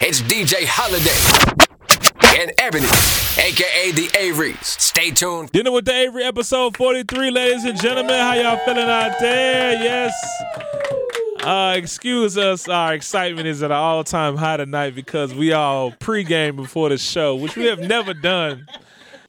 It's DJ Holiday and Ebony, aka the Aries. Stay tuned. Dinner with the Avery, episode 43, ladies and gentlemen. How y'all feeling out there? Yes. Uh, excuse us, our excitement is at an all time high tonight because we all pregame before the show, which we have never done.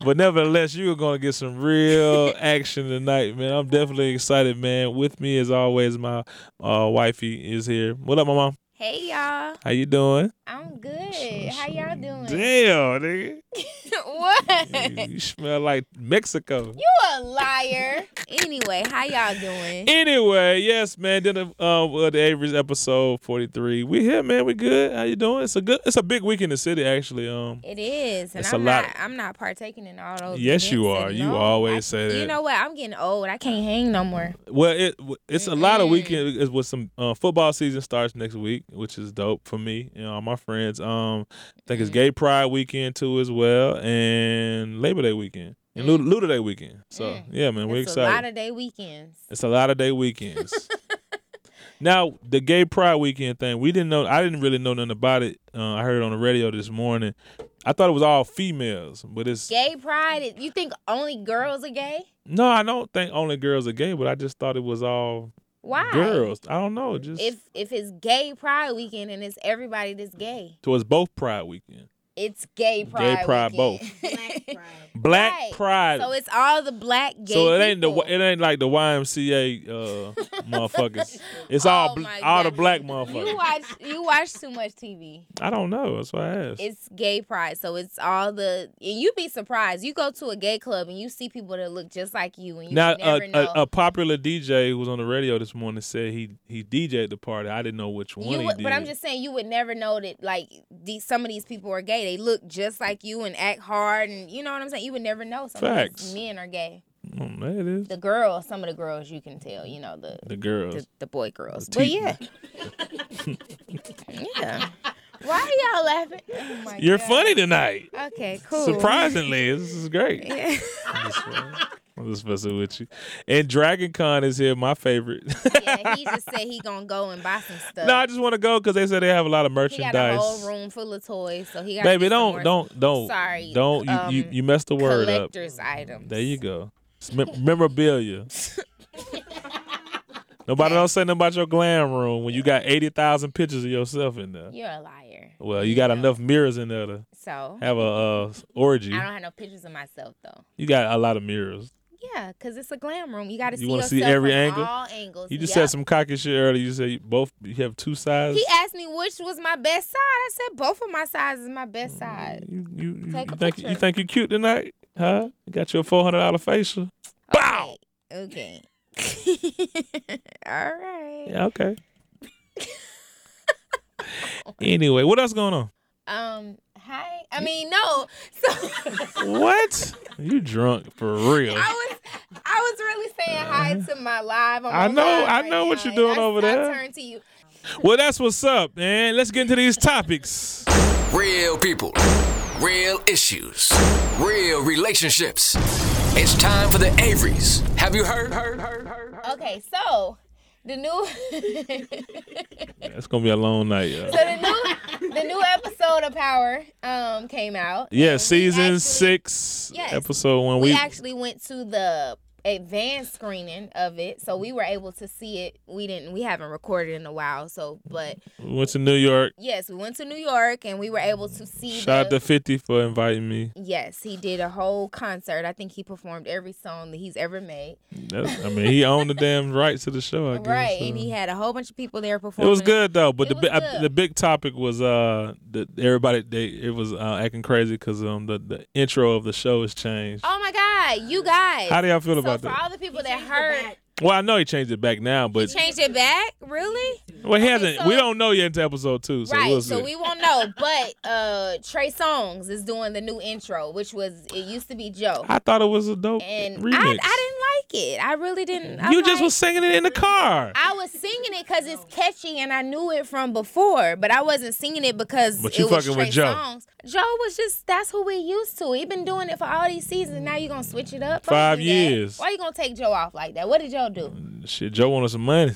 But nevertheless, you are going to get some real action tonight, man. I'm definitely excited, man. With me, as always, my uh, wifey is here. What up, my mom? Hey y'all, How you doing? I'm good. How y'all doing? Damn, nigga. what? You- You smell like Mexico. You a liar. Anyway, how y'all doing? Anyway, yes, man. Then uh, with the Avery's episode forty three. We here, man. We good. How you doing? It's a good. It's a big week in the city, actually. Um, It is, and It's a I'm lot. not. I'm not partaking in all those. Yes, you events are. and You all. always I- say that. You know what? I'm getting old. I can't hang no more. well, it it's a Mm-hmm. lot of weekend. Is with some uh, football season starts next week, which is dope for me and all my friends. Um, I think Mm-hmm. it's Gay Pride weekend too as well, and Labor Day weekend and Lu- Luda Day weekend. So Mm-hmm. Mm. yeah, man, we're it's excited. a lot of day weekends. It's a lot of day weekends. now the gay pride weekend thing, we didn't know. I didn't really know nothing about it. Uh, I heard it on the radio this morning. I thought it was all females, but it's Gay pride. is- You think only girls are gay? no. I don't think only girls are gay, but I just thought it was all Why? girls. I don't know. Just If if it's gay pride weekend and it's everybody that's gay, so it's both pride weekend, it's gay pride. pride weekend. black Right. pride. so it's all the black gay. So it ain't people. the it ain't like the YMCA uh, motherfuckers. It's Oh all bl- my all the God. black You motherfuckers. watch you watch too much TV. I don't know. That's why I asked. It's gay pride, so it's all the and you'd be surprised. You go to a gay club and you see people that look just like you, and you Now, uh, never a, know. a, a popular DJ who was on the radio this morning said he he DJ'd the party. I didn't know which one you he would, did. but I'm just saying you would never know that like these some of these people are gay. They look just like you and act hard, and you know what I'm saying. You would never know. Some of Facts. these men are gay. Mm, there it is. The girls, some of the girls, you can tell. You know the The girls. the, the boy girls. The But teeth. yeah, yeah. Why are y'all laughing? Oh my You're God. funny tonight. Okay, cool. Surprisingly, this is great. Yeah. I'm just messing with you. And Dragon Con is here, my favorite. yeah, he just said he gonna go and buy some stuff. no, I just want to go because they said they have a lot of he got a merchandise. whole room full of toys, so he got. Baby, don't don't don't Sorry, don't you, you um, you messed the word up. collectors items. There you go. It's mem- memorabilia. Nobody don't say nothing about your glam room when you got eighty thousand pictures of yourself in there. You're a liar. Well, you got Yeah. enough mirrors in there to So Oh. have a uh, orgy. I don't have no pictures of myself though. You got a lot of mirrors. Yeah, cause it's a glam room. You gotta You see wanna yourself see every from angle? all angles. You just Yup. said some cocky shit earlier. You said you both you have two sides. He asked me which was my best side. I said both of my sides is my best side. you you, you, Take you a think picture. you think you cute tonight? Huh? You got your four hundred dollar facial. Bow! Okay. okay. all right. Yeah, okay. anyway, what else going on? Um. Hi. I mean, no. So. What? You drunk for real? I was I was really saying hi to my live. I'm Uh-huh. I on know- live I right know what now, you're and doing I- over I there. turn to you. Well, that's what's up, man. Let's get into these topics. Real people, real issues, real relationships. It's time for the Averys. Have you heard? Heard? Heard? Heard? heard? Okay, so the new so It's gonna be a long night, y'all. the new the new episode of Power um came out. Yeah, and we season actually- six, Yes. episode one. We, We, actually went to the advanced screening of it, so we were able to see it. We didn't we haven't recorded in a while, so but we went to New York. yes, we went to New York and we were able to see Shout out to the- Fifty for inviting me. Yes, he did a whole concert. I think he performed every song that he's ever made. That's- I mean, he owned the damn rights to the show. I guess. Right, so. and he had a whole bunch of people there It performing. was good though, but It the was bi- I- good. the big topic was uh the, everybody they it was uh, acting crazy because um the, the intro of the show has changed. Oh my God, you guys! How do y'all feel so about for that? all the people that heard, Well, I know he changed it back now, but change it back. Really? well, he hasn't. so- we don't know yet until episode two, so right. we'll see. so we won't know. But uh Trey Songz is doing the new intro, which was it used to be Joe, I thought it was a dope and I, remix. I didn't like it. I really didn't. I'm you just like- was singing it in the car. I was singing it because it's catchy and I knew it from before, but I wasn't singing it because But you it was fucking Trey with Joe. Songz. Joe was just that's who we used to. He been doing it for all these seasons. Now you gonna switch it up? Don't Five do that. years. Why you gonna take Joe off like that? What did Joe do? Shit, Joe wanted some money.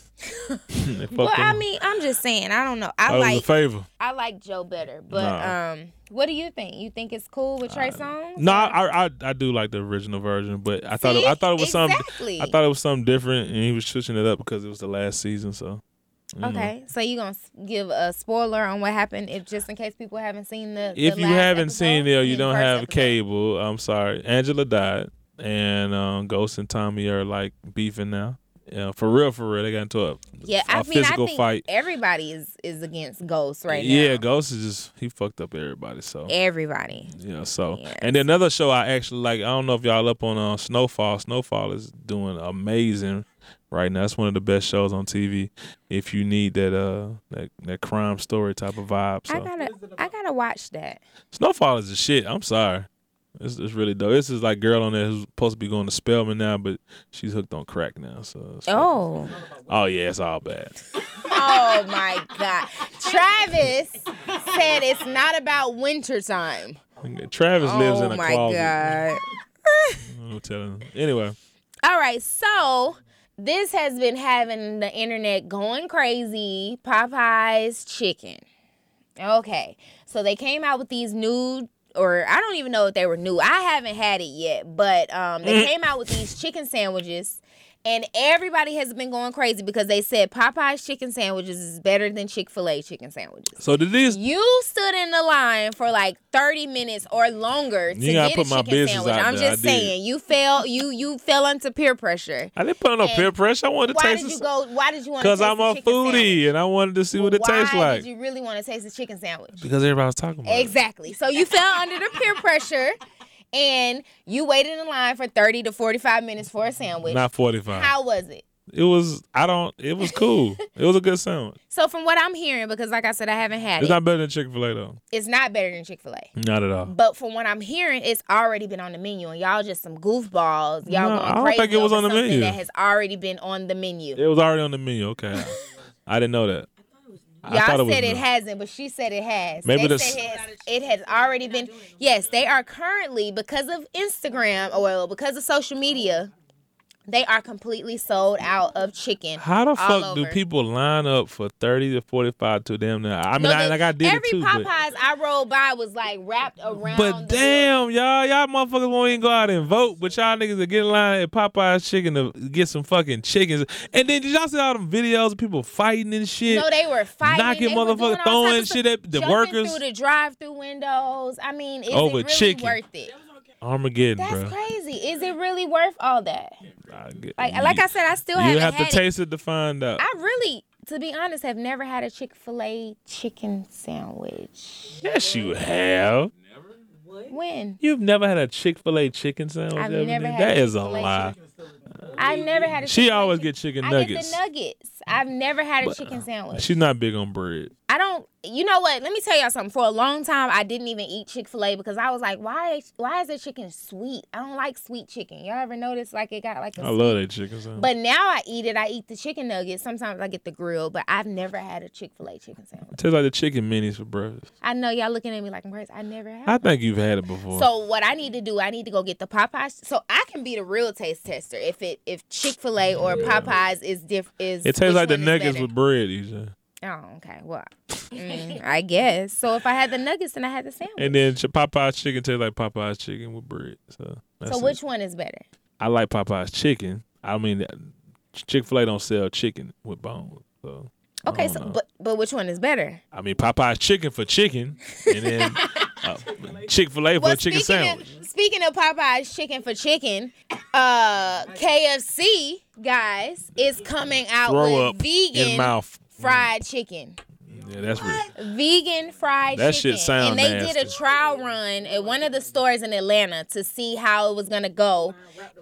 they fucked Well, I him. mean, I'm just saying. I don't know. I that was a like favor. I like Joe better, but Oh, Nah. um, what do you think? You think it's cool with Trey Songz? No, I, I I do like the original version, but I thought it, See? I thought it was Exactly. something I thought it was something different, and he was switching it up because it was the last season. So mm. Okay, so you gonna s- give a spoiler on what happened, if just in case people haven't seen the. if the you last haven't episode, seen it or I you mean, don't first have episode. cable, I'm sorry. Angela died, and um, Ghost and Tommy are like beefing now. Yeah, for real, for real, they got into a, Yeah, a I mean, I physical think fight. everybody is is against Ghost right now. yeah, Ghost is just he fucked up everybody. So everybody. Yeah, so Yes. and then another show I actually like. I don't know if y'all up on uh, Snowfall. Snowfall is doing amazing right now. It's one of the best shows on TV. If you need that uh that, that crime story type of vibe, I so gotta, I gotta watch that. Snowfall is the shit. I'm sorry, it's, it's really dope. This is like girl on there who's supposed to be going to Spelman now, but she's hooked on crack now. So it's fucking- Oh, oh yeah, it's all bad. oh my God! Travis said it's not about winter time. Travis lives in Oh a my closet. God! I'm telling. you. Anyway, All right, so this has been having the internet going crazy. Popeye's chicken. Okay, so they came out with these new, or I don't even know if they were new. I haven't had it yet, but um, they came out with these chicken sandwiches. And everybody has been going crazy because they said Popeye's chicken sandwiches is better than Chick fil A chicken sandwiches. so did these You stood in the line for like 30 minutes or longer to You gotta get put a my chicken business sandwich. out I'm there. just I did. saying, you fell you you fell into peer pressure. I didn't put on no And peer pressure. I wanted to Why taste did this- you go why did you want to Because I'm a foodie and I wanted to see what it tastes Why like. did you really want to taste the chicken sandwich? because everybody was talking about it. Exactly. So you fell under the peer pressure and you waited in line for 30 to 45 minutes for a sandwich. Not 45. How was it? it was, I don't, it was cool. it was a good sandwich. So from what I'm hearing, because like I said, I haven't had It's it, not better than Chick fil A though. it's not better than Chick fil A. Not at all. But from what I'm hearing, it's already been on the menu, and y'all just some goofballs. Y'all No, going I don't crazy think it was over on the something menu. That has already been on the menu. It was already on the menu. Okay. I didn't know that. I Y'all thought it was said it new. hasn't, but she said it has. Maybe they the s- said it has, it has already been. Yes, they are currently because of Instagram or well, because of social media, they are completely sold out of chicken. How the all fuck do over. people line up for 30 to 45 to them now? I mean, No, I, they- like I did it every too. but- Popeyes I rolled by was like wrapped around. But the- damn, y'all, y'all motherfuckers won't even go out and vote. But y'all niggas are getting in line at Popeye's Chicken to get some fucking chickens. And then did y'all see all them videos of people fighting and shit? No, they were fighting. Knocking they were motherfucker- doing all types of throwing stuff, shit at the jumping workers. through the drive-through windows. I mean, is Over it really chicken. worth it? Armageddon, That's bro. crazy. Is it really worth all that? I get- Like, like I said, I still you haven't have to had it. taste it to find out. I really, to be honest, have never had a Chick Fil A chicken sandwich. yes, you have. When? You've never had a Chick Fil A chicken sandwich. I've Ebony? never had That a is a Chick-fil-A lie. I've never had a. She Chick-fil-A always chick- get chicken I nuggets. get the nuggets. I've never had a chicken sandwich. She's not big on bread. I don't. You know what? Let me tell y'all something. For a long time, I didn't even eat Chick Fil A because I was like, why? Why is the chicken sweet? I don't like sweet chicken. Y'all ever notice like it got like a. I love that chicken sandwich. but now I eat it. I eat the chicken nuggets. Sometimes I get the grill, but I've never had a Chick Fil A chicken sandwich. Tastes like the chicken minis for breakfast. I know y'all looking at me like I'm crazy. I never had. I think you've had it before. So what I need to do, I need to go get the Popeyes. So I can be the real taste tester if it if Chick Fil A or Popeyes is diff is. it tastes which like the one is nuggets better. with bread, EJ. Oh, okay. Well, mm, I guess. So if I had the nuggets, then I had the sandwich. And then ch- Popeye's chicken tastes like Popeye's chicken with bread. So, that's so it. which one is better? I like Popeye's chicken. I mean, Chick Fil A don't sell chicken with bone. So I Okay, don't so know. but but which one is better? I mean, Popeye's chicken for chicken, and then Chick Fil A for a chicken speaking sandwich. of, speaking of Popeyes chicken for chicken, uh, KFC guys is coming out Throw up with vegan in mouth. fried chicken. Yeah, that's real. vegan fried That chicken. shit sound and they did a nasty. trial run at one of the stores in Atlanta to see how it was gonna go,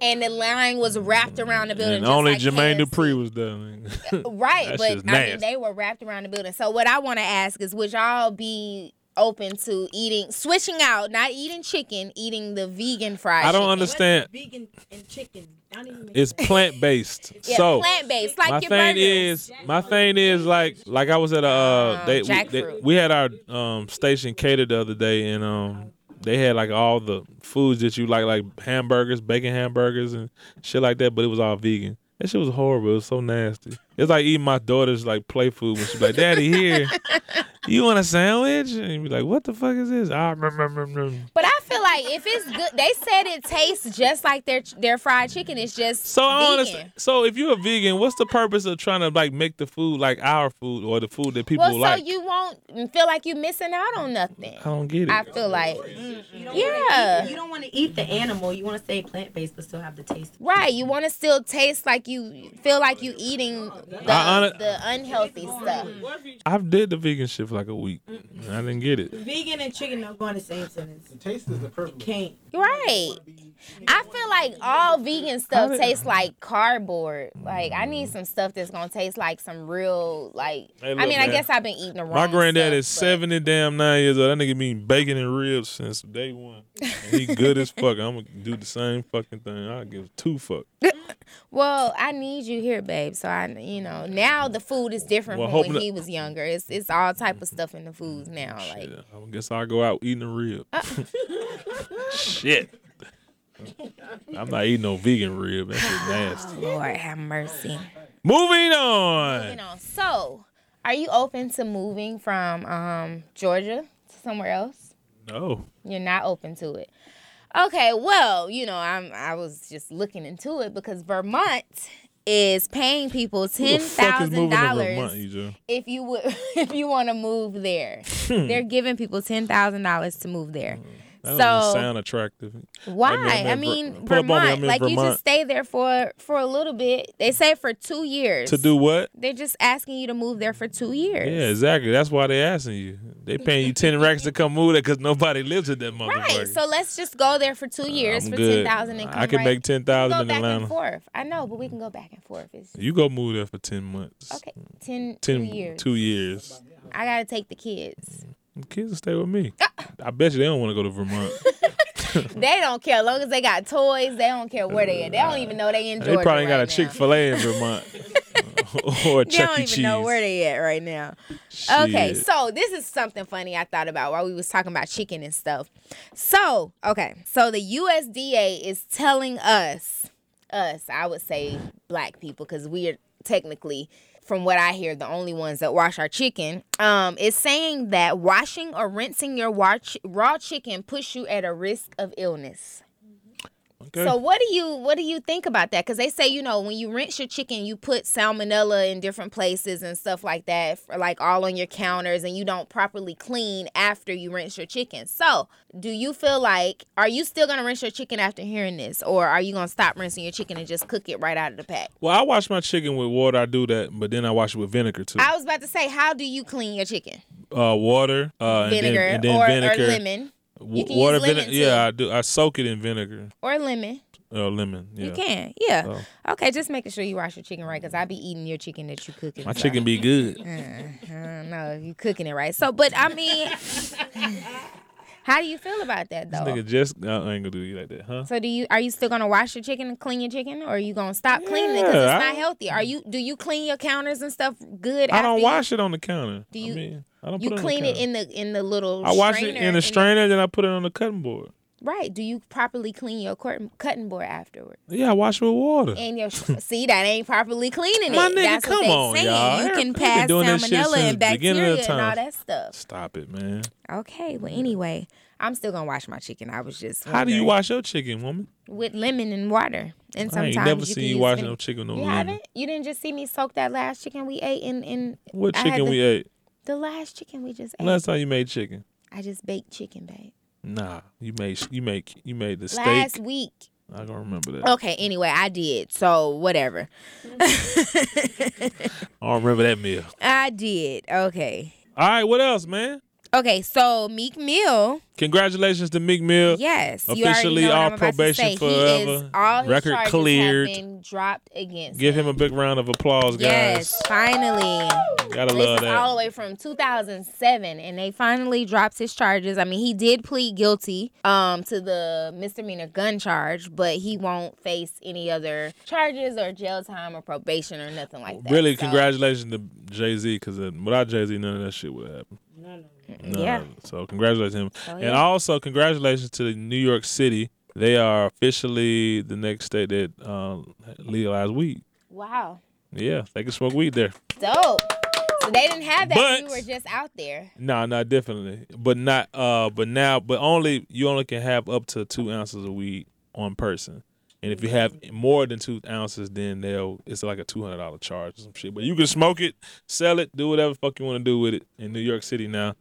and the line was wrapped around the building. And just only like Jermaine KFC. Dupri was there. nigga. Right, That but shit's I mean nasty. they were wrapped around the building. So what I want to ask is, would y'all be open to eating, switching out, not eating chicken, eating the vegan fried. I don't chicken. understand. Vegan and chicken. I don't even It's plant based. Yeah, so plant based, like my your thing burgers. is, my thing is like like I was at a uh, Um, they, we, they- jackfruit. we had our um station catered the other day and um they had like all the foods that you like like hamburgers, bacon hamburgers and shit like that, but it was all vegan. That shit was horrible. It was so nasty. It's like eating my daughter's like play food when she's like, "Daddy, here, you want a sandwich?" And you be like, "What the fuck is this?" Ah, mm, mm, mm, mm. But I feel like if it's good, they said it tastes just like their their fried chicken. It's just So I don't vegan. understand. So if you're a vegan, what's the purpose of trying to like make the food like our food or the food that people Well, so like? you won't feel like you're missing out on nothing. I don't get it. I feel like You don't Yeah. Wanna eat, you don't want to eat the animal. You want to stay plant based, but still have the taste. right. You want to still taste like you feel like you eating the, I hone- the unhealthy stuff. I did the vegan shit for like a week. and I didn't get it. Vegan and chicken don't go in the same sentence. Taste is the purpose. Can't. Right. I feel like all vegan How stuff did- tastes like cardboard. Like I need some stuff that's gonna taste like some real like. Hey, I look, mean, I man. guess I've been eating the wrong. My granddad stuff, is but- seventy damn nine years old. That nigga been bacon and ribs since day one. And he good as fuck. I'm gonna do the same fucking thing. I give two fuck. Well, I need you here, babe. So I, you know, now the food is different Well, from when hoping that- he was younger. It's it's all type of stuff in the foods now. Like, Shit, I guess I'll go out eating a rib. shit. I'm not eating no vegan rib. That shit nasty. Lord have mercy. Moving on. You know, so are you open to moving from um Georgia to somewhere else? No. You're not open to it. Okay, well, you know, I'm I was just looking into it because Vermont is paying people Who ten the fuck is thousand moving to Vermont, dollars EJ? if you would if you want to move there. They're giving people ten thousand dollars to move there. Hmm. That so doesn't sound attractive. Why? I'm in Ver- I pull up on me, mean, Vermont. I'm in like you Vermont. just stay there for for a little bit. They say for two years. To do what? They're just asking you to move there for two years. Yeah, exactly. That's why they asking you. They paying you ten racks to come move there because nobody lives in that motherfucker. Right. So let's just go there for two years Uh, I'm for good. ten thousand and come I can right- make ten We thousand can in go back and Atlanta. forth. I know, but we can go back and forth. It's You go move there for ten months. okay. Ten, Ten two years. two years. I gotta take the kids. Kids will stay with me. Ah. I bet you they don't want to go to Vermont. they don't care. As long as they got toys, they don't care where they at. They don't even know they in they Georgia. probably ain't got right a now. Chick Fil A in Vermont or a They Chuck don't E. even Cheese. know where they at right now. Okay, so this is something funny I thought about while we was talking about chicken and stuff. So, okay, so the USDA is telling us, us, I would say black people, because we are technically, from what I hear, the only ones that wash our chicken. Um, it's saying that washing or rinsing your wa- ch- raw chicken puts you at a risk of illness. Okay. So what do you what do you think about that? Because they say you know when you rinse your chicken, you put salmonella in different places and stuff like that, for, like all on your counters, and you don't properly clean after you rinse your chicken. So do you feel like are you still gonna rinse your chicken after hearing this, or are you gonna stop rinsing your chicken and just cook it right out of the pack? well, I wash my chicken with water. I do that, but then I wash it with vinegar too. I was about to say, how do you clean your chicken? uh, water, uh, Vinegar, and then, and then or, vinegar, or lemon, W- You can water use lemon, vinegar. too. Yeah, I do. I soak it in vinegar or lemon. or Uh, lemon. Yeah. Oh. You can, yeah. So. Okay, just making sure you wash your chicken right, because I be eating your chicken that you cooking. My so. chicken be good. don't know if you cooking it right. So, but I mean, how do you feel about that though? Nigga, just I ain't gonna do you like that, huh? So do you are you still gonna wash your chicken and clean your chicken, or are you gonna stop cleaning it because Yeah, it's I- not healthy? Are you do you clean your counters and stuff good? I after don't you- wash it on the counter. Do you- I mean, I don't You put it clean on the it counter. in the in the little. I wash it strainer in a and- strainer, then I put it on the cutting board. Right. Do you properly clean your cutting cutting board afterward? Yeah, I wash it with water. And your see that ain't properly cleaning it. My nigga, That's what come they on, saying. y'all. You Everybody can been pass doing that shit salmonella since and the beginning of bacteria and all time. that stuff. Stop it, man. Okay. Well, anyway, I'm still gonna wash my chicken. I was just How do you wondering. wash your chicken, woman? with lemon and water. And I sometimes ain't never you seen can you use washing vinegar. no chicken on You lemon. haven't? You didn't just see me soak that last chicken we ate in in What I had chicken the- we ate? the last chicken we just ate. Last time you made chicken? I just baked chicken, babe. Nah, you made you make you made the steak. Last Oh. week. I don't remember that. Okay, anyway, I did. So whatever. I don't remember that meal. I did. Okay. All right, what else, man? Okay, so Meek Mill, Congratulations to Meek Mill. yes, you already Officially know what on I'm about to probation say. He is- forever. all his Record charges cleared. have been dropped against. Give him a big round of applause, guys. yes, finally. Gotta This love is that. all the way from 2007, and they finally dropped his charges. I mean, he did plead guilty um, to the misdemeanor gun charge, but he won't face any other charges or jail time or probation or nothing like that. Really, So, congratulations to Jay Z because without Jay Z, none of that shit would happen. None Yeah. of it. So congratulations to him, So, and yeah. also congratulations to New York City. They are officially the next state that um, legalized weed. Wow. Yeah, they can smoke weed there. Dope. So they didn't have that. But- you were just out there. No, no, definitely, but not. Uh, but now, but only you only can have up to two ounces of weed on person, and if you have more than two ounces, then they'll it's like a two hundred dollar charge or some shit. But you can smoke it, sell it, do whatever the fuck you want to do with it in New York City now.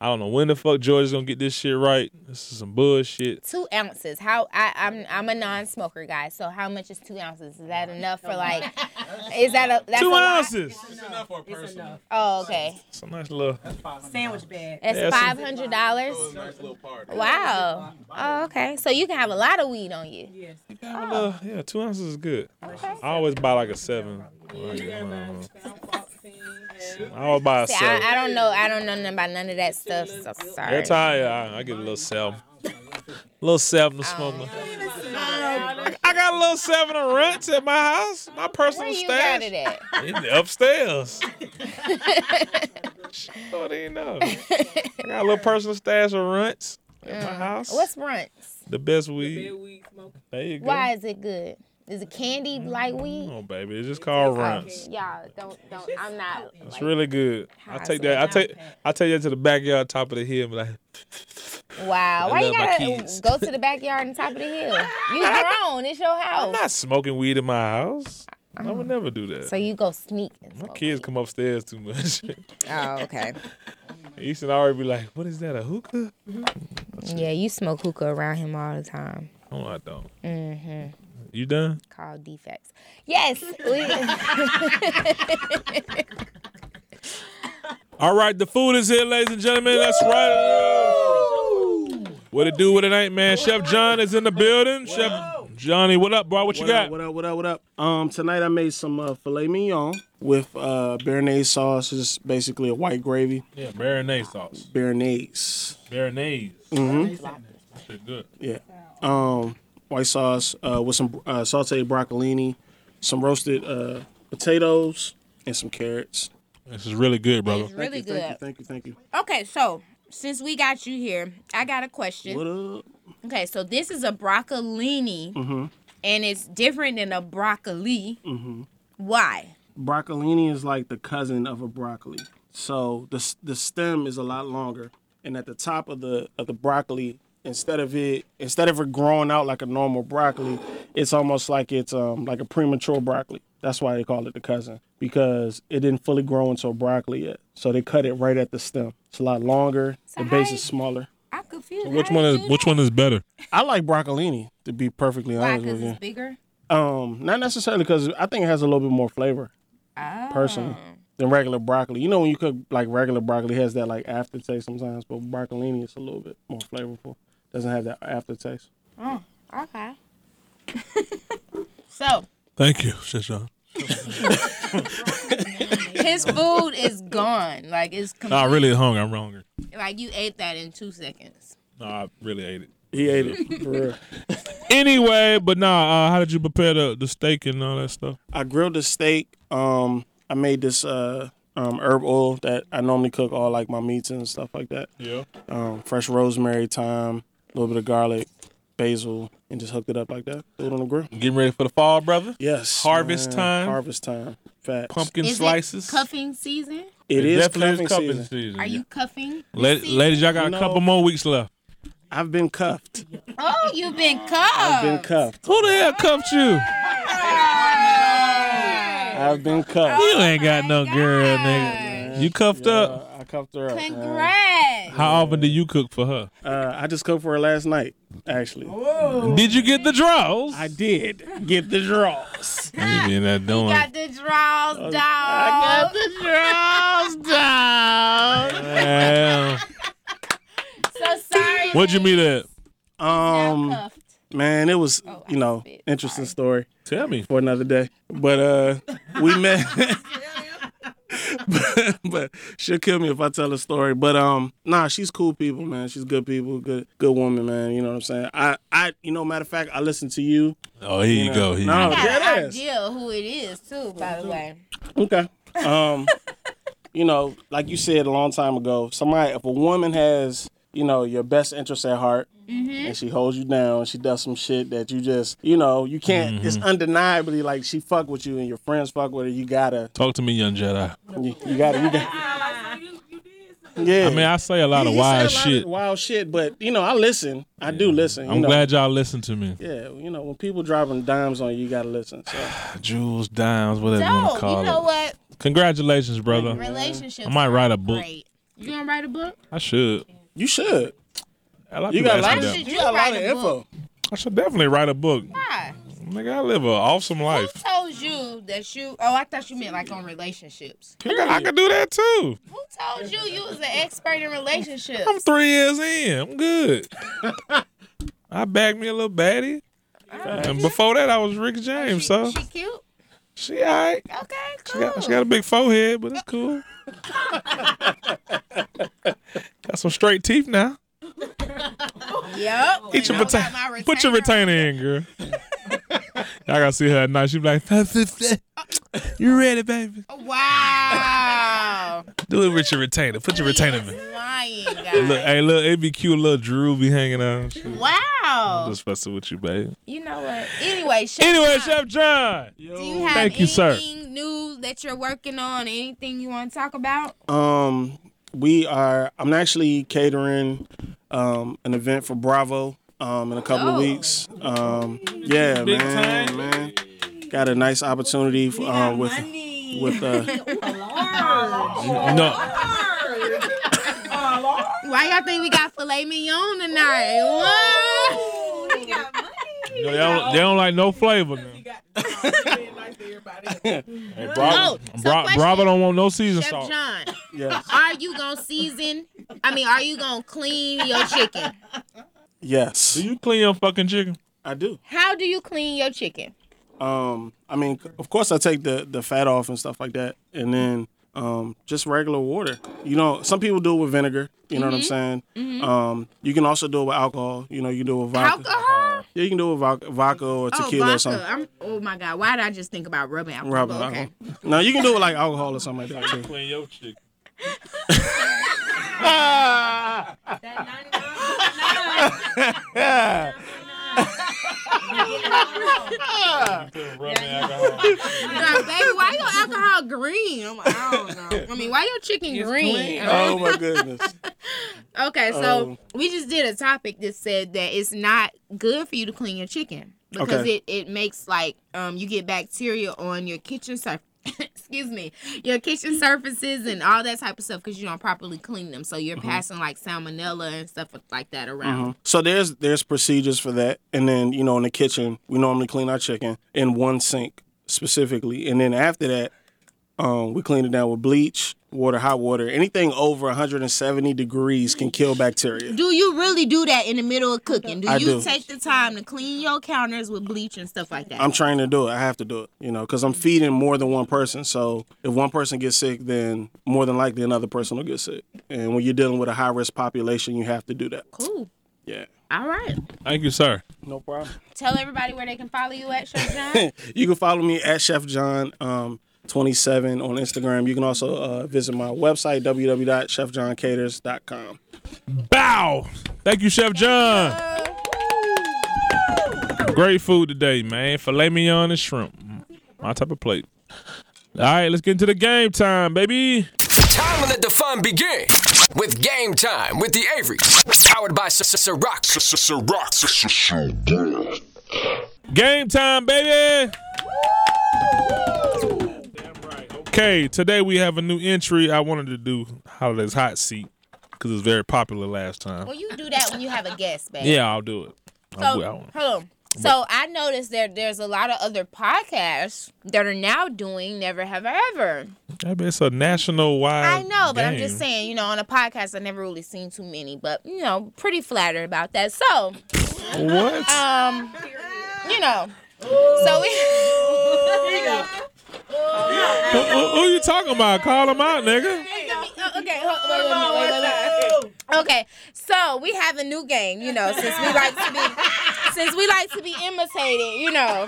I don't know when the fuck Georgia's gonna get this shit right. This is some bullshit. Two ounces. How I, I'm I'm a non-smoker guy. So how much is two ounces? Is that enough for like? Is that a that's a two lot? ounces. It's enough. Oh, okay. It's a nice little. Sandwich bag. That's That's- five hundred dollars. Wow. Oh, okay. So you can have a lot of weed on you. Yes. Have a little- yeah, two ounces is good. I always buy like a seven. I always buy a See, seven. I, I don't know. I don't know nothing about none of that stuff. So sorry. Every time I, I get a little seven. little seven to smoke. my- I got a little seven of rent at my house, my Where personal you stash. got it at? In the upstairs. Lord, they know. I got a little personal stash of rents at my house. Uh, What's brunch? the best weed? There you go. Why is it good? Is it candy like weed? Come on, baby. It's just called rents. Y'all don't don't. I'm not. It's Like, really good. I High, take so that. I it's take. I take that to the backyard, top of the hill, and like. wow. Why you love my gotta kids. go to the backyard and top of the hill? You grown. It's your I'm house. not smoking weed in my house. I would never do that. Uh, uh-huh. So you go sneak. And my smoke kids weed. come upstairs too much. Oh, okay. Easton already be like, "What is that? A hookah?" Yeah, you smoke hookah around him all the time. No, I don't. Mm-hmm. You done? Called defects. Yes. we- All right, the food is here, ladies and gentlemen. That's right. What it do? What it ain't, man. Chef John is in the building. Chef Johnny, what up, bro? What you What got? up, what up, what up, what up? Um, tonight I made some uh, filet mignon with uh, béarnaise sauce. It's basically a white gravy. Yeah, marinade sauce. Béarnaise. Marinade. Mm-hmm. Shit good. Yeah. Um, white sauce uh, with some uh, sauteed broccolini, some roasted uh, potatoes, and some carrots. This is really good, brother. It's really thank you, good. Thank you, thank you, Okay, so since we got you here, I got a question. thank you. What up? Okay, so this is a broccolini, and it's different than a broccoli. Why? broccolini is like the cousin of a broccoli. So the s- the stem is a lot longer, and at the top of the of the broccoli, instead of it instead of it growing out like a normal broccoli, it's almost like it's um like a premature broccoli. That's why they call it the cousin because it didn't fully grow into a broccoli yet. So they cut it right at the stem. It's a lot longer. the base how- is smaller. I'm confused. Which one is which one is better? I like broccolini to be perfectly Why? honest Because with you. it's bigger. Um, not necessarily because I think it has a little bit more flavor, personally, than regular broccoli. You know, when you cook like regular broccoli, it has that like aftertaste sometimes, but broccolini is a little bit more flavorful. Doesn't have that aftertaste. Okay. so Thank you, Chef John. his food is gone. Like it's com- No, I really hung. I'm wrong. like you ate that in two seconds. No, I really ate it. He ate it for real. Anyway, but nah, uh, how did you prepare the, the steak and all that stuff? I grilled the steak. Um, I made this uh um herb oil that I normally cook all like my meats and stuff like that. Yeah. Um, fresh rosemary, thyme, a little bit of garlic, basil, and just hooked it up like that. Threw it on the grill. Getting ready for the fall, brother? Yes. Harvest time. Harvest time. Facts. Pumpkin Is slices. it cuffing season? It is cuffing cuffing season. Are you cuffing? La- ladies, y'all got No. a couple more weeks left. I've been cuffed. Oh, you've been cuffed. Been cuffed. Who the hell cuffed you? I've been cuffed. Oh You ain't got no girl, nigga. You cuffed up. Uh, I cuffed her up. man. Congrats. How often do you cook for her? Uh, I just cooked for her last night, actually. Did you get the draws? I did get the draws. You mean that doing? Got the draws, dog. I got the draws, dog. Damn. Where'd you meet at? Um, Cuffed. man, it was Oh, I you know spit. interesting story Tell me. for another day. But uh, we met. but, but she'll kill me if I tell a story. But um, nah, she's cool people, man. She's good people, good good woman, man. You know what I'm saying? I I you know matter of fact, I listen to you. Oh, here you go. Here you No. go. I got Dead an ass. idea who it is too, by the way. Okay. Um, you know, like you said a long time ago, somebody if a woman has you know your best interests at heart, and she holds you down, she does some shit that you just you know you can't. It's Mm-hmm. undeniably like she fuck with you and your friends fuck with her. You gotta, Talk to me, young Jedi. you, you gotta, you gotta. Yeah. I mean, I say a lot of wild You say a lot of shit. wild shit, but you know, I listen. I do listen. You I'm know. glad y'all listened to me. Yeah, you know, when people dropping dimes on you, you gotta listen. So. Jewels, dimes, whatever you want So to you call know it. what? Congratulations, brother. Relationships. I might write a book. Great. You gonna write a book? I should. You should. A lot of You people got ask a me lot of that. shit. You You got a lot write of a info. book. I should definitely write a book. Why? Nigga, I live a awesome Who life. told you that you? Oh, I thought you meant like on relationships. Nigga, I could do that too. Who told you you was an expert in relationships? I'm three years in. I'm good. I bagged me a little baddie. And before that, I was Rick James, so She cute. she all right. Okay, She cool. got, she got a big forehead, but it's cool. got some straight teeth now. Yep. Eat your got potato. my Put your retainer. retainer in, girl. Y'all gotta see her at night. She be like, "You ready, baby? Oh. Wow. Do it with your retainer. Put your retainer in." Lying, Look, guys. hey, look, it be cute. Little Drew be hanging out. Wow. Just fussing with you, babe. You know what? Anyway, Chef Anyway, John, Chef John. do you have Thank anything you, sir. new that you're working on? Anything you want to talk about? Um, we are. I'm actually catering um, an event for Bravo um, in a couple Oh. of weeks. Um, yeah, man, time. man. Got a nice opportunity f- um, with Money. with uh, No, Why y'all think we got filet mignon tonight? What? no they, don't, they don't like no flavor. Now. Hey, Bravo, Oh, so Bra- question. Bravo don't want no season Chef salt. John, yes, are you gonna season? I mean, are you gonna clean your chicken? yes. Do you clean your fucking chicken? I do. How do you clean your chicken? Um, I mean, of course, I take the the fat off and stuff like that, and then um, just regular water. You know, some people do it with vinegar. You know what Mm-hmm. I'm saying? Um, you can also do it with alcohol. You know, you can do it with vodka. Alcohol? Yeah, you can do it with vodka, vodka or uh, tequila oh, or something. vodka. I'm, oh my God! Why did I just think about rubbing alcohol? Rubbing okay. alcohol. No, you can do it with like alcohol or something like that too. Clean your chicken. Like, baby, why your alcohol green? I'm like, I don't know. I mean, why your chicken green? Oh my goodness. Okay, so Um, we just did a topic that said that it's not good for you to clean your chicken because Okay. it, it makes like um you get bacteria on your kitchen surface. Excuse me, your kitchen surfaces and all that type of stuff because you don't properly clean them, so Mm-hmm. you're passing like salmonella and stuff like that around. Uh-huh. So there's there's procedures for that, and then you know in the kitchen we normally clean our chicken in one sink specifically, and then after that, um, we clean it down with bleach, water, hot water. Anything over 170 degrees can kill bacteria. Do you really do that in the middle of cooking? Do I you do. take the time to clean your counters with bleach and stuff like that? I'm trying to do it. I have to do it, you know, because I'm feeding more than one person. So if one person gets sick, then more than likely another person will get sick. And when you're dealing with a high risk population, you have to do that. cool. Yeah. All right. Thank you, sir. No problem. Tell everybody where they can follow you at, Chef John. You can follow me at Chef John um, 27 on Instagram. You can also uh, visit my website, www.chefjohncaters.com. Bow. Thank you, Chef John. Great food today, man. Filet mignon and shrimp. My type of plate. All right, let's get into the game time, baby. Time to let the fun begin with Game Time with the Averys, powered by Ciroc. Ciroc. Game time, baby. Okay, today we have a new entry. I wanted to do Holiday's Hot Seat because it was very popular last time. Well, you do that when you have a guest, babe. Yeah, I'll do it. So, I'll do that one. hold on. So I noticed that there's a lot of other podcasts that are now doing Never Have I Ever. I mean, it's a national wide. I know, but I'm just saying, you know, on a podcast, I've never really seen too many, but you know, pretty flattered about that. So, What? um, you know, so we. who, who- who you talking about? Call them out, nigga. Oh, okay, hold- wait, wait, wait, wait, wait, wait. Okay, so we have a new game, you know, since we like to be, since we like to be imitated, you know.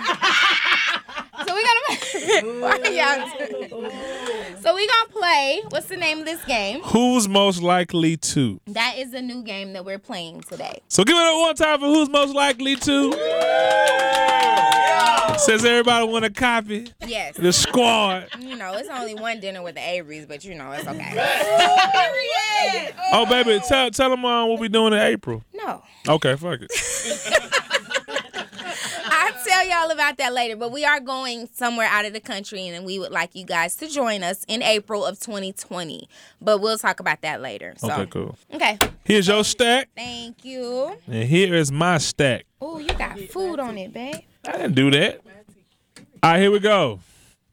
So we gotta. Why y'all- so we gonna play. What's the name of this game? Who's most likely to? That is the new game that we're playing today. So give it up one time for who's most likely to. Says everybody want a copy. Yes. The squad. You know, it's only one dinner with the Aries, but you know it's okay. Oh baby, tell tell them uh, what we doing in April. No. Okay, fuck it. I'll tell y'all about that later, but we are going somewhere out of the country and we would like you guys to join us in April of 2020. But we'll talk about that later. So. Okay, cool. Okay. Here's your stack, Thank you. and here is my stack. Oh, you got food on it, babe. I didn't do that. All right, here we go.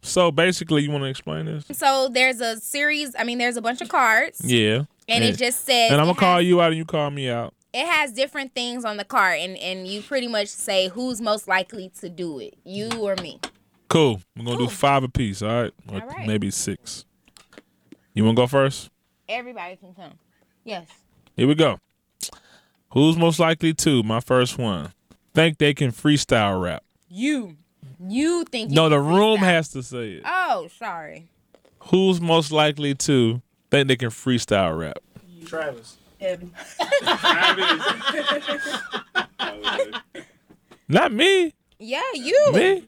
So basically, you want to explain this? So there's a series, I mean, there's a bunch of cards. Yeah. And it just says And I'm it gonna call has- you out, and you call me out. it has different things on the card and, and you pretty much say who's most likely to do it. You or me. Cool. We're gonna do five apiece. All right. Or All right. Maybe six. You wanna go first? Everybody can come. Yes. Here we go. Who's most likely to? My first one. Think they can freestyle rap? You. You think you No, the can room freestyle. has to say it. Oh, sorry. Who's most likely to think they can freestyle rap? Travis. Evan. Not me. Yeah, you. Me.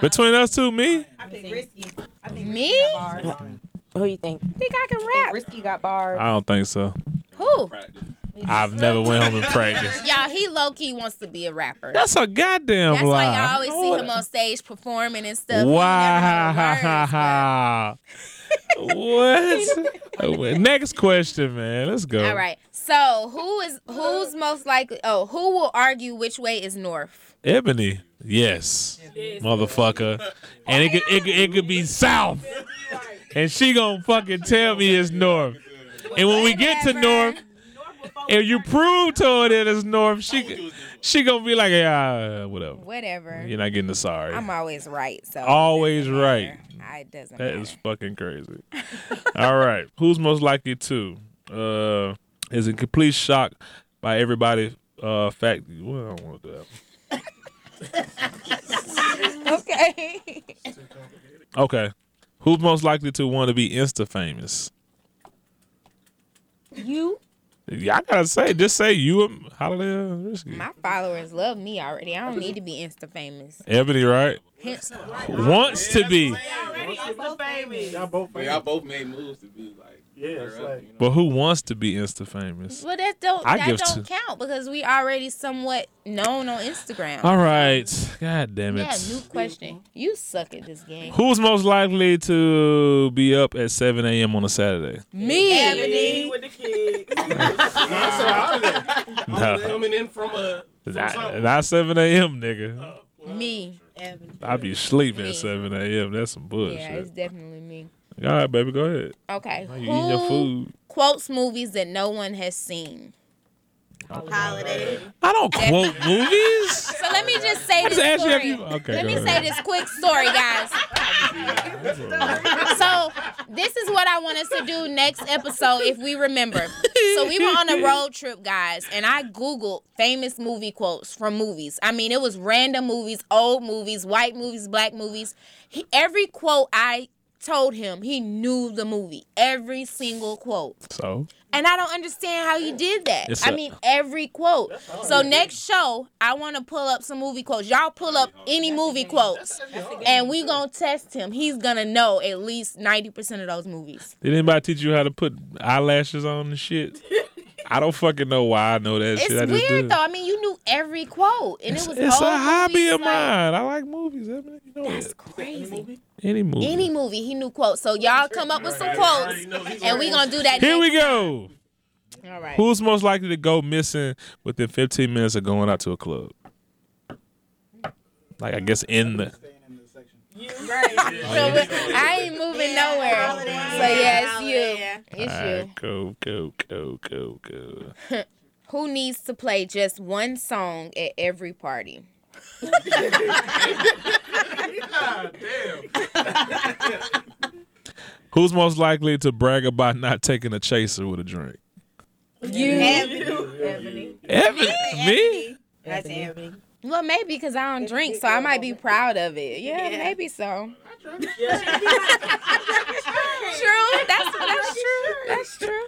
Between us two, me. I think risky. I think Me? Risky got bars. Who you think? think I can I think rap. Risky got bars. I don't think so. Who? I've never went home and practiced. Y'all, he low key wants to be a rapper. That's That's a goddamn lie. why y'all always see him on stage performing and stuff. He never know the words, but- Wow. what? Next question, man. Let's go. All right. So who is who's most likely? Oh, who will argue which way is north? Ebony. Yes. Motherfucker. And it could, it could it could be south. And she gonna fucking tell me it's north. And when we get to Whatever. north, if you prove to her that it's north, she she gonna be like, yeah, whatever. Whatever. You're not getting the sorry. I'm always right. So Always right. I it doesn't That matter. is fucking crazy. All right, who's most likely to? Uh, is in complete shock by everybody. Uh, fact. Well, I don't want to do that. okay. Okay, who's most likely to want to be insta famous? you, Yeah, I gotta say, just say you. and Hallelujah, risky. my followers love me already. I don't need to be insta famous. Ebony, right? Hence- Wants to be, Y'all both. But y'all both made moves to be like, Yeah, it's like but who wants to be insta famous? Well, that don't I that give don't two. count because we already somewhat known on Instagram. All right, god damn Yeah, it. new question. You suck at this game. Who's most likely to be up at 7 a.m. on a Saturday? Me. Ebony. No. coming in from Oh, a. Not, not 7 a.m., nigga. Me. Evan. I be sleeping Me. at 7 a.m. That's some bullshit. Yeah, it's definitely me. All right, baby, go ahead. Okay. You eating your food. quotes movies that no one has seen? Holiday. I don't quote movies. So let me just say I this just asked you if story. you. Okay, Let go me ahead. say this quick story, guys. so this is what I want us to do next episode if we remember. So we were on a road trip, guys, and I googled famous movie quotes from movies. I mean, it was random movies, old movies, white movies, black movies. He, every quote I told him, he knew the movie. Every single quote. So, And I don't understand how you did that. It's I a- mean, every quote. So next show, I want to pull up some movie quotes. Y'all pull up any movie quotes, and we gonna test him. He's gonna know at least ninety percent of those movies. did anybody teach you how to put eyelashes on and shit? I don't fucking know why I know that It's shit. I just weird do. though. I mean, you knew every quote, and It's, it was it's old a hobby movies, of like, mine. I like movies. I mean, you know That's that. crazy. Any movie. Any movie, he knew quotes. So y'all come up with some quotes, and we gonna do that. Here we next- go. All right. Who's most likely to go missing within 15 minutes of going out to a club? Like I guess in the So, but I ain't moving nowhere. So yeah, it's you. It's you. Alright, cool, cool, cool, cool, cool. Who needs to play just one song at every party? Who's most likely to brag about not taking a chaser with a drink? You, Ebony, me. That's Ebony. Well, maybe because I don't drink, so I might be proud of it. Yeah, maybe so. true. That's that's true. That's true.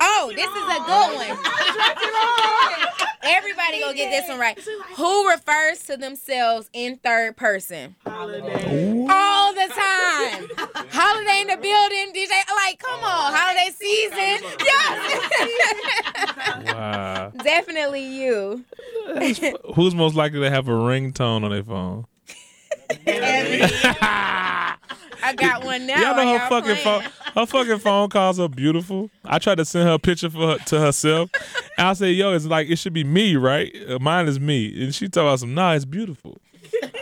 Oh, this is a good one. Everybody gonna get this one right. Who refers to themselves in third person? All the time. Holiday in the building, DJ. Like, come on, holiday season. Yes. Wow. Definitely you. Who's most likely to have a ringtone on their phone? I got one now. y'all know while her fucking phone. playing. Her fucking phone calls are beautiful. I tried to send her a picture for her, to herself. And I said, "Yo, it's like it should be me, right? Uh, Mine is me." And she told about some, "Nah, it's beautiful."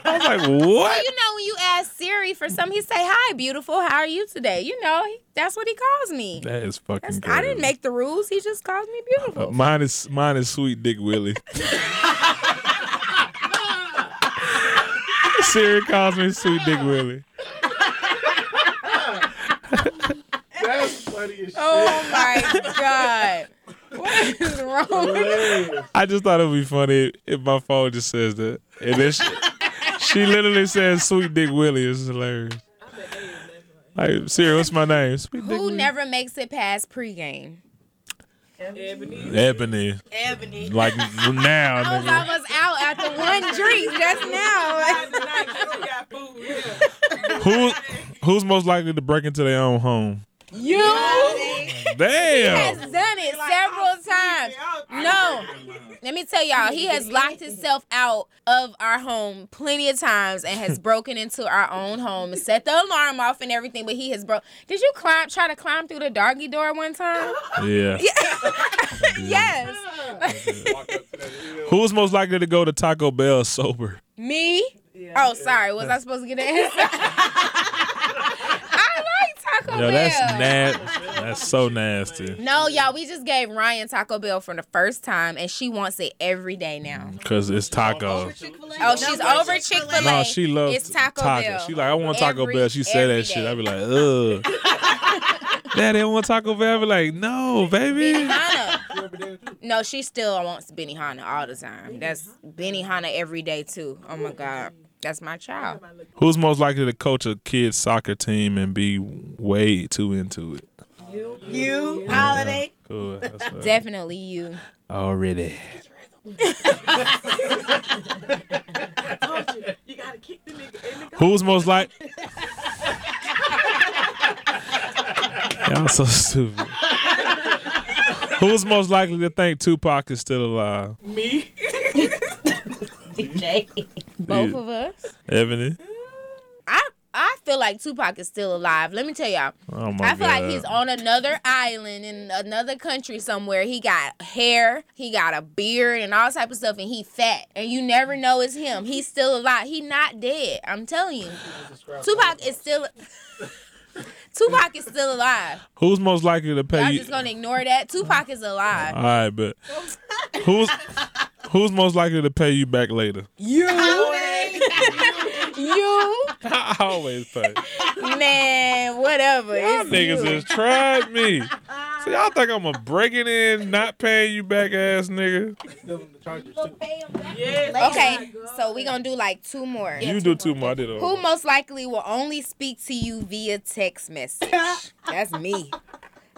I was like, "What?" You know, when you ask Siri for something, he say, "Hi, beautiful. How are you today?" You know, he, that's what he calls me. That is fucking. That's- I didn't crazy. make the rules. He just calls me Uh, beautiful. mine is mine is sweet dick Willie. Siri calls me sweet dick Willie. That's funny as shit. oh my god, what is wrong? with I just thought it would be funny if my phone just says that. And then she, she literally says sweet dick Willie. It's hilarious. Like Siri, what's my name? Sweet dick Who never makes it past pregame? Ebony. Ebony. Like now, I was nigga. almost out after one drink just now. Who who's most likely to break into their own home? You has Damn. done it several times. No, let me tell y'all, he has locked himself out of our home plenty of times and has broken into our own home and set the alarm off and everything. But he has broke. Did you climb? Try to climb through the doggy door one time? Yeah. Yes. Who's most likely to go to Taco Bell sober? Me? Oh, sorry. Was I supposed to get an answer? I like Taco Yo, Bell. that's nasty. That's so nasty. no, y'all, we just gave Ryan Taco Bell for the first time, and she wants it every day now. Cause it's taco. Oh, she's over Chick Fil A. No, she loves it's Taco Bell. She like, I want Taco Every- Bell. She said every that shit. day. I be like, ugh. Daddy, I want Taco Bell. I be like, no, baby. Benihana. No, she still wants Benihana all the time. That's Benihana every day too. Oh my god, that's my child. Who's most likely to coach a kid's soccer team and be way too into it? You. Holiday. Cool. That's what- Definitely you. Already. Who's most like? Y'all so stupid. Who's most likely to think Tupac is still alive? Jay. Both Yeah. of us. Ebony. I I feel like Tupac is still alive. Let me tell y'all. Oh my I feel god. like he's on another island in another country somewhere. He got hair, he got a beard, and all type of stuff, and he fat. And you never know it's him. He's still alive. He not dead. I'm telling you, Tupac is still. Tupac is still alive. Who's most likely to pay Y'all you? just gonna ignore that. Tupac is alive. All right, but who's who's most likely to pay you back later? You I always pay. man, whatever. Y'all It's niggas you. has tried me. So y'all think I'm a breaking in, not paying you back ass nigga? Okay, so we gonna do like two more. you do too much. I did Who all. most likely will only speak to you via text message? That's me.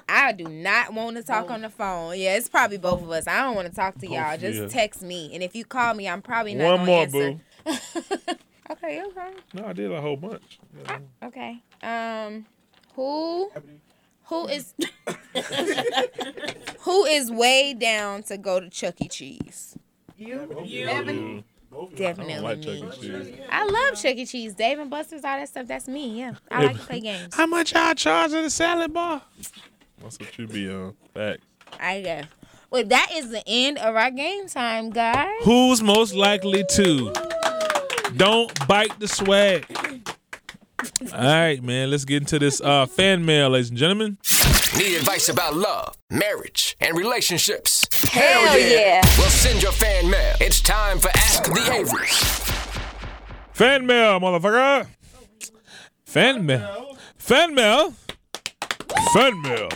I do not want to talk on the phone. Yeah, it's probably both of us. I don't want to talk to y'all. Both, Just yeah. text me. And if you call me, I'm probably not One gonna more, answer. boo. Okay, okay. No, I did a whole bunch. Okay. Um who who is who is way down to go to Chuck E. Cheese? I Definitely. don't like me. Chuck E. Cheese. I love Chuck E. Cheese. Dave and Buster's, all that stuff. That's me. Yeah. I like to play games. How much y'all charge at a salad bar? That's what you be on. Facts. I guess. Well, that is the end of our game time, guys. Who's most likely to Don't bite the swag. All right, man. Let's get into this uh, fan mail, ladies and gentlemen. Need advice about love, marriage, and relationships? Hell yeah. Well, send your fan mail. It's time for Ask the Averys. Fan mail, motherfucker. Fan mail. Fan mail. Fan mail.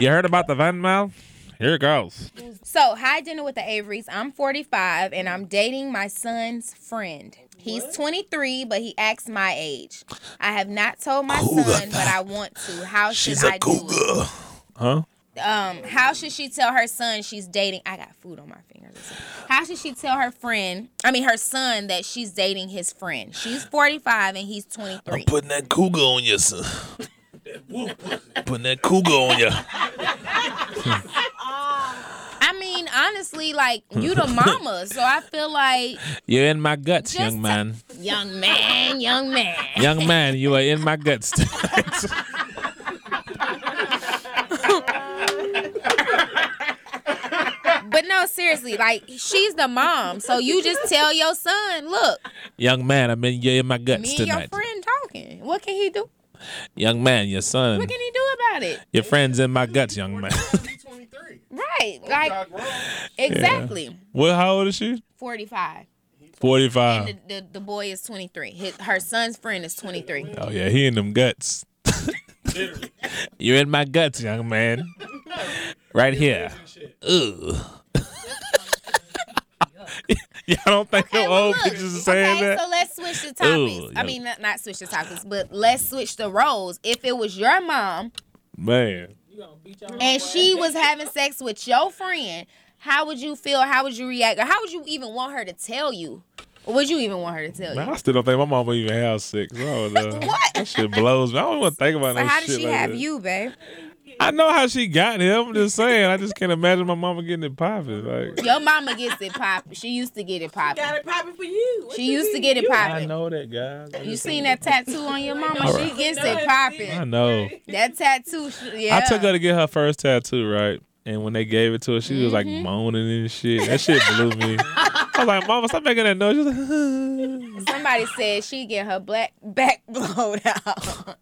You heard about the fan mail? Here it goes. So, hi, dinner with the Averys. I'm 45 and I'm dating my son's friend. He's 23, but he acts my age. I have not told my son, but I want to. How should I do it? Huh? Um, how should she tell her son she's dating? I got food on my fingers. How should she tell her friend? I mean, her son that she's dating his friend. She's 45 and he's 23. Putting that cougar on you, son. Putting that cougar on you. I mean, honestly, like you the mama, so I feel like You're in my guts, Just- young man. young man, young man. young man, you are in my guts. But no, seriously, like she's the mom, so you just tell your son, look, young man, I mean, you're in my me guts and your tonight. friend talking. What can he do? Young man, your son, What can he do about it? your friend's in my guts, young man. Right, like exactly. what? How old is she? Forty-five. Forty-five. And the, the, the boy is twenty-three. His, her son's friend is twenty-three. Oh yeah, he in them guts. you're in my guts, young man. Right here. Ooh. Y'all don't think Okay, the well, old look, bitches are saying okay, that? so let's switch the topics. Ooh, I yeah. mean, not, not switch the topics, but let's switch the roles. If it was your mom man. and she was having sex with your friend, how would you feel? How would you react? Or how would you even want her to tell you? Or would you even want her to tell you? Man, I still don't think my mama even have sex. Oh no, What? that shit blows me. I don't want to think about So that how shit did she like have that. you, babe? I know how she got him. I'm just saying. I just can't imagine my mama getting it popping. Like Your mama gets it poppin'. She used to get it poppin'. Got it popping for you. What She you used to mean? get it I popping. know that guy. You seen that tattoo on your mama? She Alright. gets it I poppin'. know. That tattoo, she- yeah. I took her to get her first tattoo, right? And when they gave it to her, she was like Mm-hmm. moaning and shit. That shit blew me. I was like, Mama, stop making that noise. She was like, Somebody said she get her black back blowed out.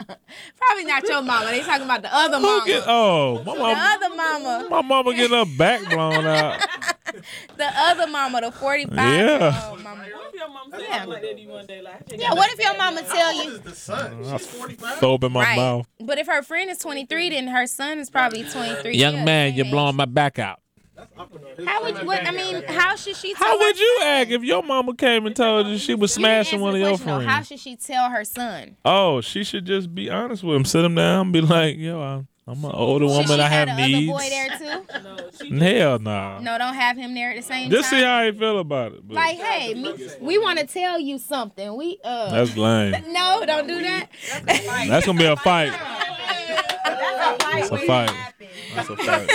Probably not your mama. They talking about the other Who get? mama. Oh, my The mama, other mama. my mama getting her back blown out. The other mama. The forty five year old mama. What if your mom said Yeah. something like that to you one day? Like, I think Yeah. What if your mama tell you? the son? She's 45. Soap in my Right. mouth. But if her friend is twenty three, then her son is probably twenty three. Young man, you're blowing my back out. How would what? I mean, how should she? How tell her would you son? act if your mama came and told you she was oh, You didn't smashing answer one of the your question, though. How friends? should she tell her son? Oh, she should just be honest with him. Sit him down and be like, yo, I'm, I'm an older Should woman. she I have have the needs. other boy there too? Hell nah. No, don't have him there at the same Just time. see how he feel about it. But like, hey, me, we want to tell you something. We uh. that's lame. no, don't do that. That's gonna be a fight. It's That's a fight. That's a fight.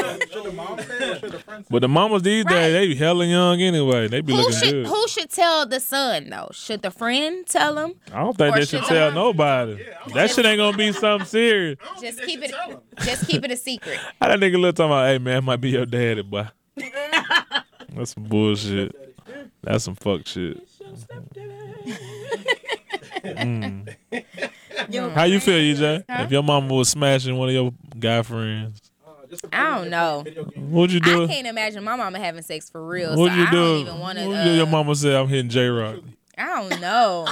But the mamas these days, they be hella young anyway. They be Who looking should good. who should tell the son though? Should the friend tell him? I don't think or they should should tell the- nobody. That shit ain't gonna be something serious. Just keep it just keep it a secret. How that nigga look talking about, hey man, might be your daddy, boy. That's some bullshit. That's some fuck shit. Mm. How you feel, EJ? Huh? If your mama was smashing one of your guy friends, I don't know. what'd you do? I can't imagine my mama having sex for real. What'd so you I do? don't even want uh, to. What'd you- your mama said, I'm hitting J Rock. I don't know.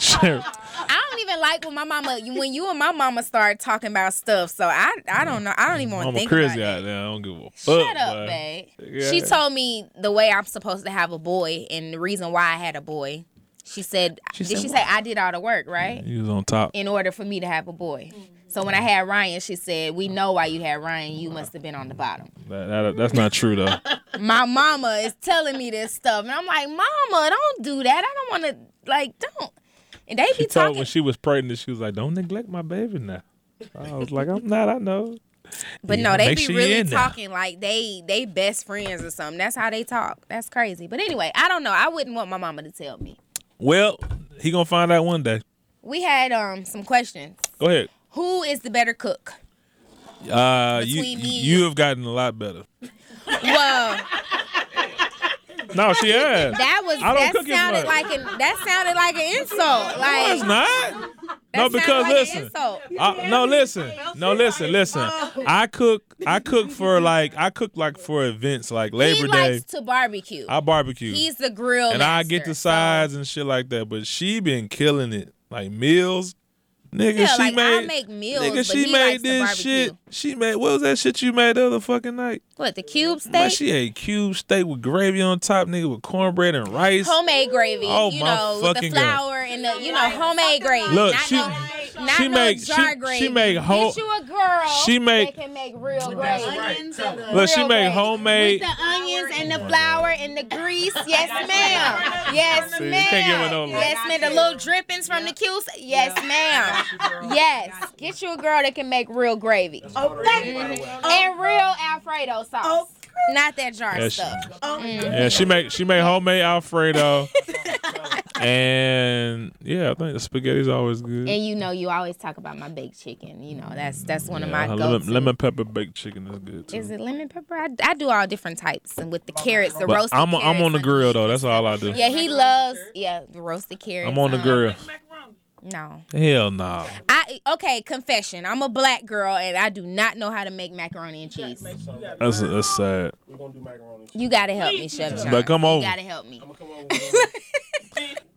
Shit. I don't even like when my mama when you and my mama start talking about stuff. So I I don't know. I don't even want to Mama think crazy about out it. there. I don't give a fuck. Shut up, boy. babe. Yeah. She told me the way I'm supposed to have a boy and the reason why I had a boy. She said, She did said she what? say I did all the work, right? He was on top. in order for me to have a boy. So when I had Ryan, she said, "We know why you had Ryan. You must have been on the bottom." That- that- that's not true though. My mama is telling me this stuff, and I'm like, "Mama, don't do that. I don't want to like don't." And they She be told talking, when she was pregnant, she was like, "Don't neglect my baby now." I was like, "I'm not. I know." but Yeah, no, they make be sure you really in there. talking like they they best friends or something. That's how they talk. That's crazy. But anyway, I don't know. I wouldn't want my mama to tell me. Well, he gonna find out one day. We had um some questions. Go ahead. Who is the better cook? Uh, you Between me and you have gotten a lot better. Well, No, she has. That was I don't that cook as sounded much. like an that sounded like an insult. Like It's not. that No, sounded because like an listen. insult. I, no, listen. No, listen, listen. I cook. I cook for like. I cook like for events like he Labor Day. likes to barbecue. I barbecue. He's the grill. and I get the master. sides and shit like that. But she been killing it, like meals, nigga. Yeah, she like, I made make meals, nigga. but she he made likes to this barbecue. shit. She made what was that shit you made the other fucking night? What the cube steak? Man, she ate cube steak with gravy on top, nigga, with cornbread and rice. homemade gravy. Oh, you my know, with the fucking God. flour and the you know homemade gravy. Look, not she- no, not she no make- jar she- gravy. she make whole- Get you a girl. she make- that can make real gravy. Look, she real made gravy. homemade. With the onions and the flour and the grease. Yes, ma'am. Yes, See, you ma'am. can't give her no look. yes, ma'am. The little drippings from the cubes. Yes, ma'am. Yes. Get you a girl that can make real gravy. Oh, And real Alfredo sauce. Not that jar Yeah, she- stuff. Oh, Mm. Yeah, she make she made homemade Alfredo. and yeah, I think the spaghetti's always good. And you know, you always talk about my baked chicken. You know, that's that's one of Yeah, my her go lemon, lemon pepper baked chicken is good too. Is it lemon pepper? I, I do all different types and with the carrots, the but roasted. I'm I'm carrots on the and- grill though. That's all I do. Yeah, he loves yeah the roasted carrots. I'm on the um, grill. No, Hell nah. I okay. Confession: I'm a black girl and I do not know how to make macaroni and cheese. That's that's sad. We're gonna do macaroni. You gotta help me, Chef John. But come You over. gotta help me. Come on, we're gonna-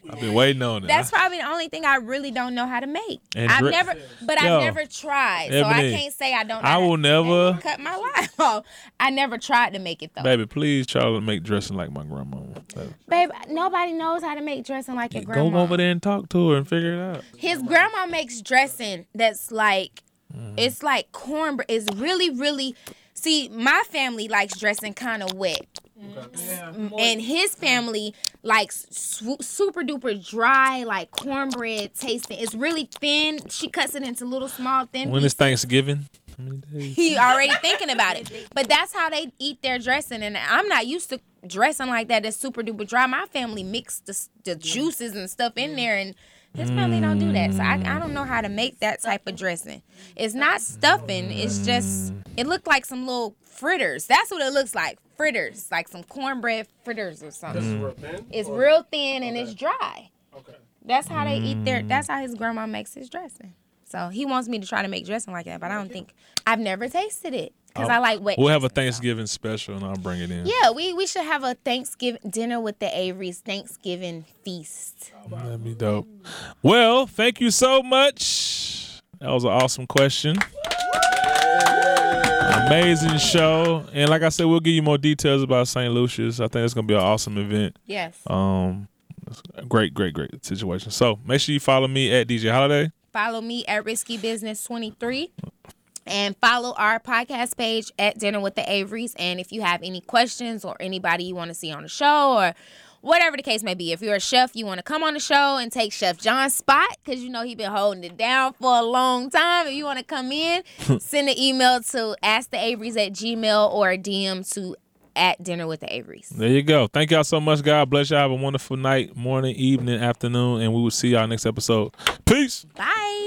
I've been waiting on it. That's probably the only thing I really don't know how to make. And I've dri- never, but Yo, I've never tried, so Ebony, I can't say I don't. Know I how to will never, cut my life off. I never tried to make it though. baby. Please try to make dressing like my grandma. Babe, nobody knows how to make dressing like your grandma. Go over there and talk to her and figure it out. His grandma makes dressing that's like, Mm-hmm. it's like cornbread. It's really, really. See, my family likes dressing kind of wet, and his family likes sw- super duper dry, like cornbread tasting. It's really thin. She cuts it into little small thin. When is Thanksgiving? How many days? he already thinking about it. But that's how they eat their dressing, and I'm not used to dressing like that. That's super duper dry. My family mixed the, the juices and stuff in there, and his family don't do that. So I, I don't know how to make that type of dressing. It's not stuffing. It's just it looked like some little fritters. That's what it looks like. Fritters, like some cornbread fritters or something. we're thin? It's real thin and it's dry. Okay. That's how they eat their. That's how his grandma makes his dressing. So he wants me to try to make dressing like that, but I don't think I've never tasted it because I like wet. We'll have a dressing, so. Thanksgiving special and I'll bring it in. Yeah, we we should have a Thanksgiving dinner with the Averys Thanksgiving feast. That'd be dope. Well, thank you so much. That was an awesome question. Amazing show. And like I said, we'll give you more details about St. Lucia's. I think it's going to be an awesome event. Yes. Um, it's a great, great, great situation. So make sure you follow me at DJ Holiday. Follow me at Risky Business 23 and follow our podcast page at Dinner with the Averys. And if you have any questions or anybody you want to see on the show or whatever the case may be, if you're a chef, you want to come on the show and take Chef John's spot because you know he's been holding it down for a long time. If you want to come in, send an email to asktheaverys at gmail or a DM to at Dinner with the Averys. There you go. Thank y'all so much. God bless y'all. Have a wonderful night, morning, evening, afternoon, and we will see y'all next episode. Peace. Bye.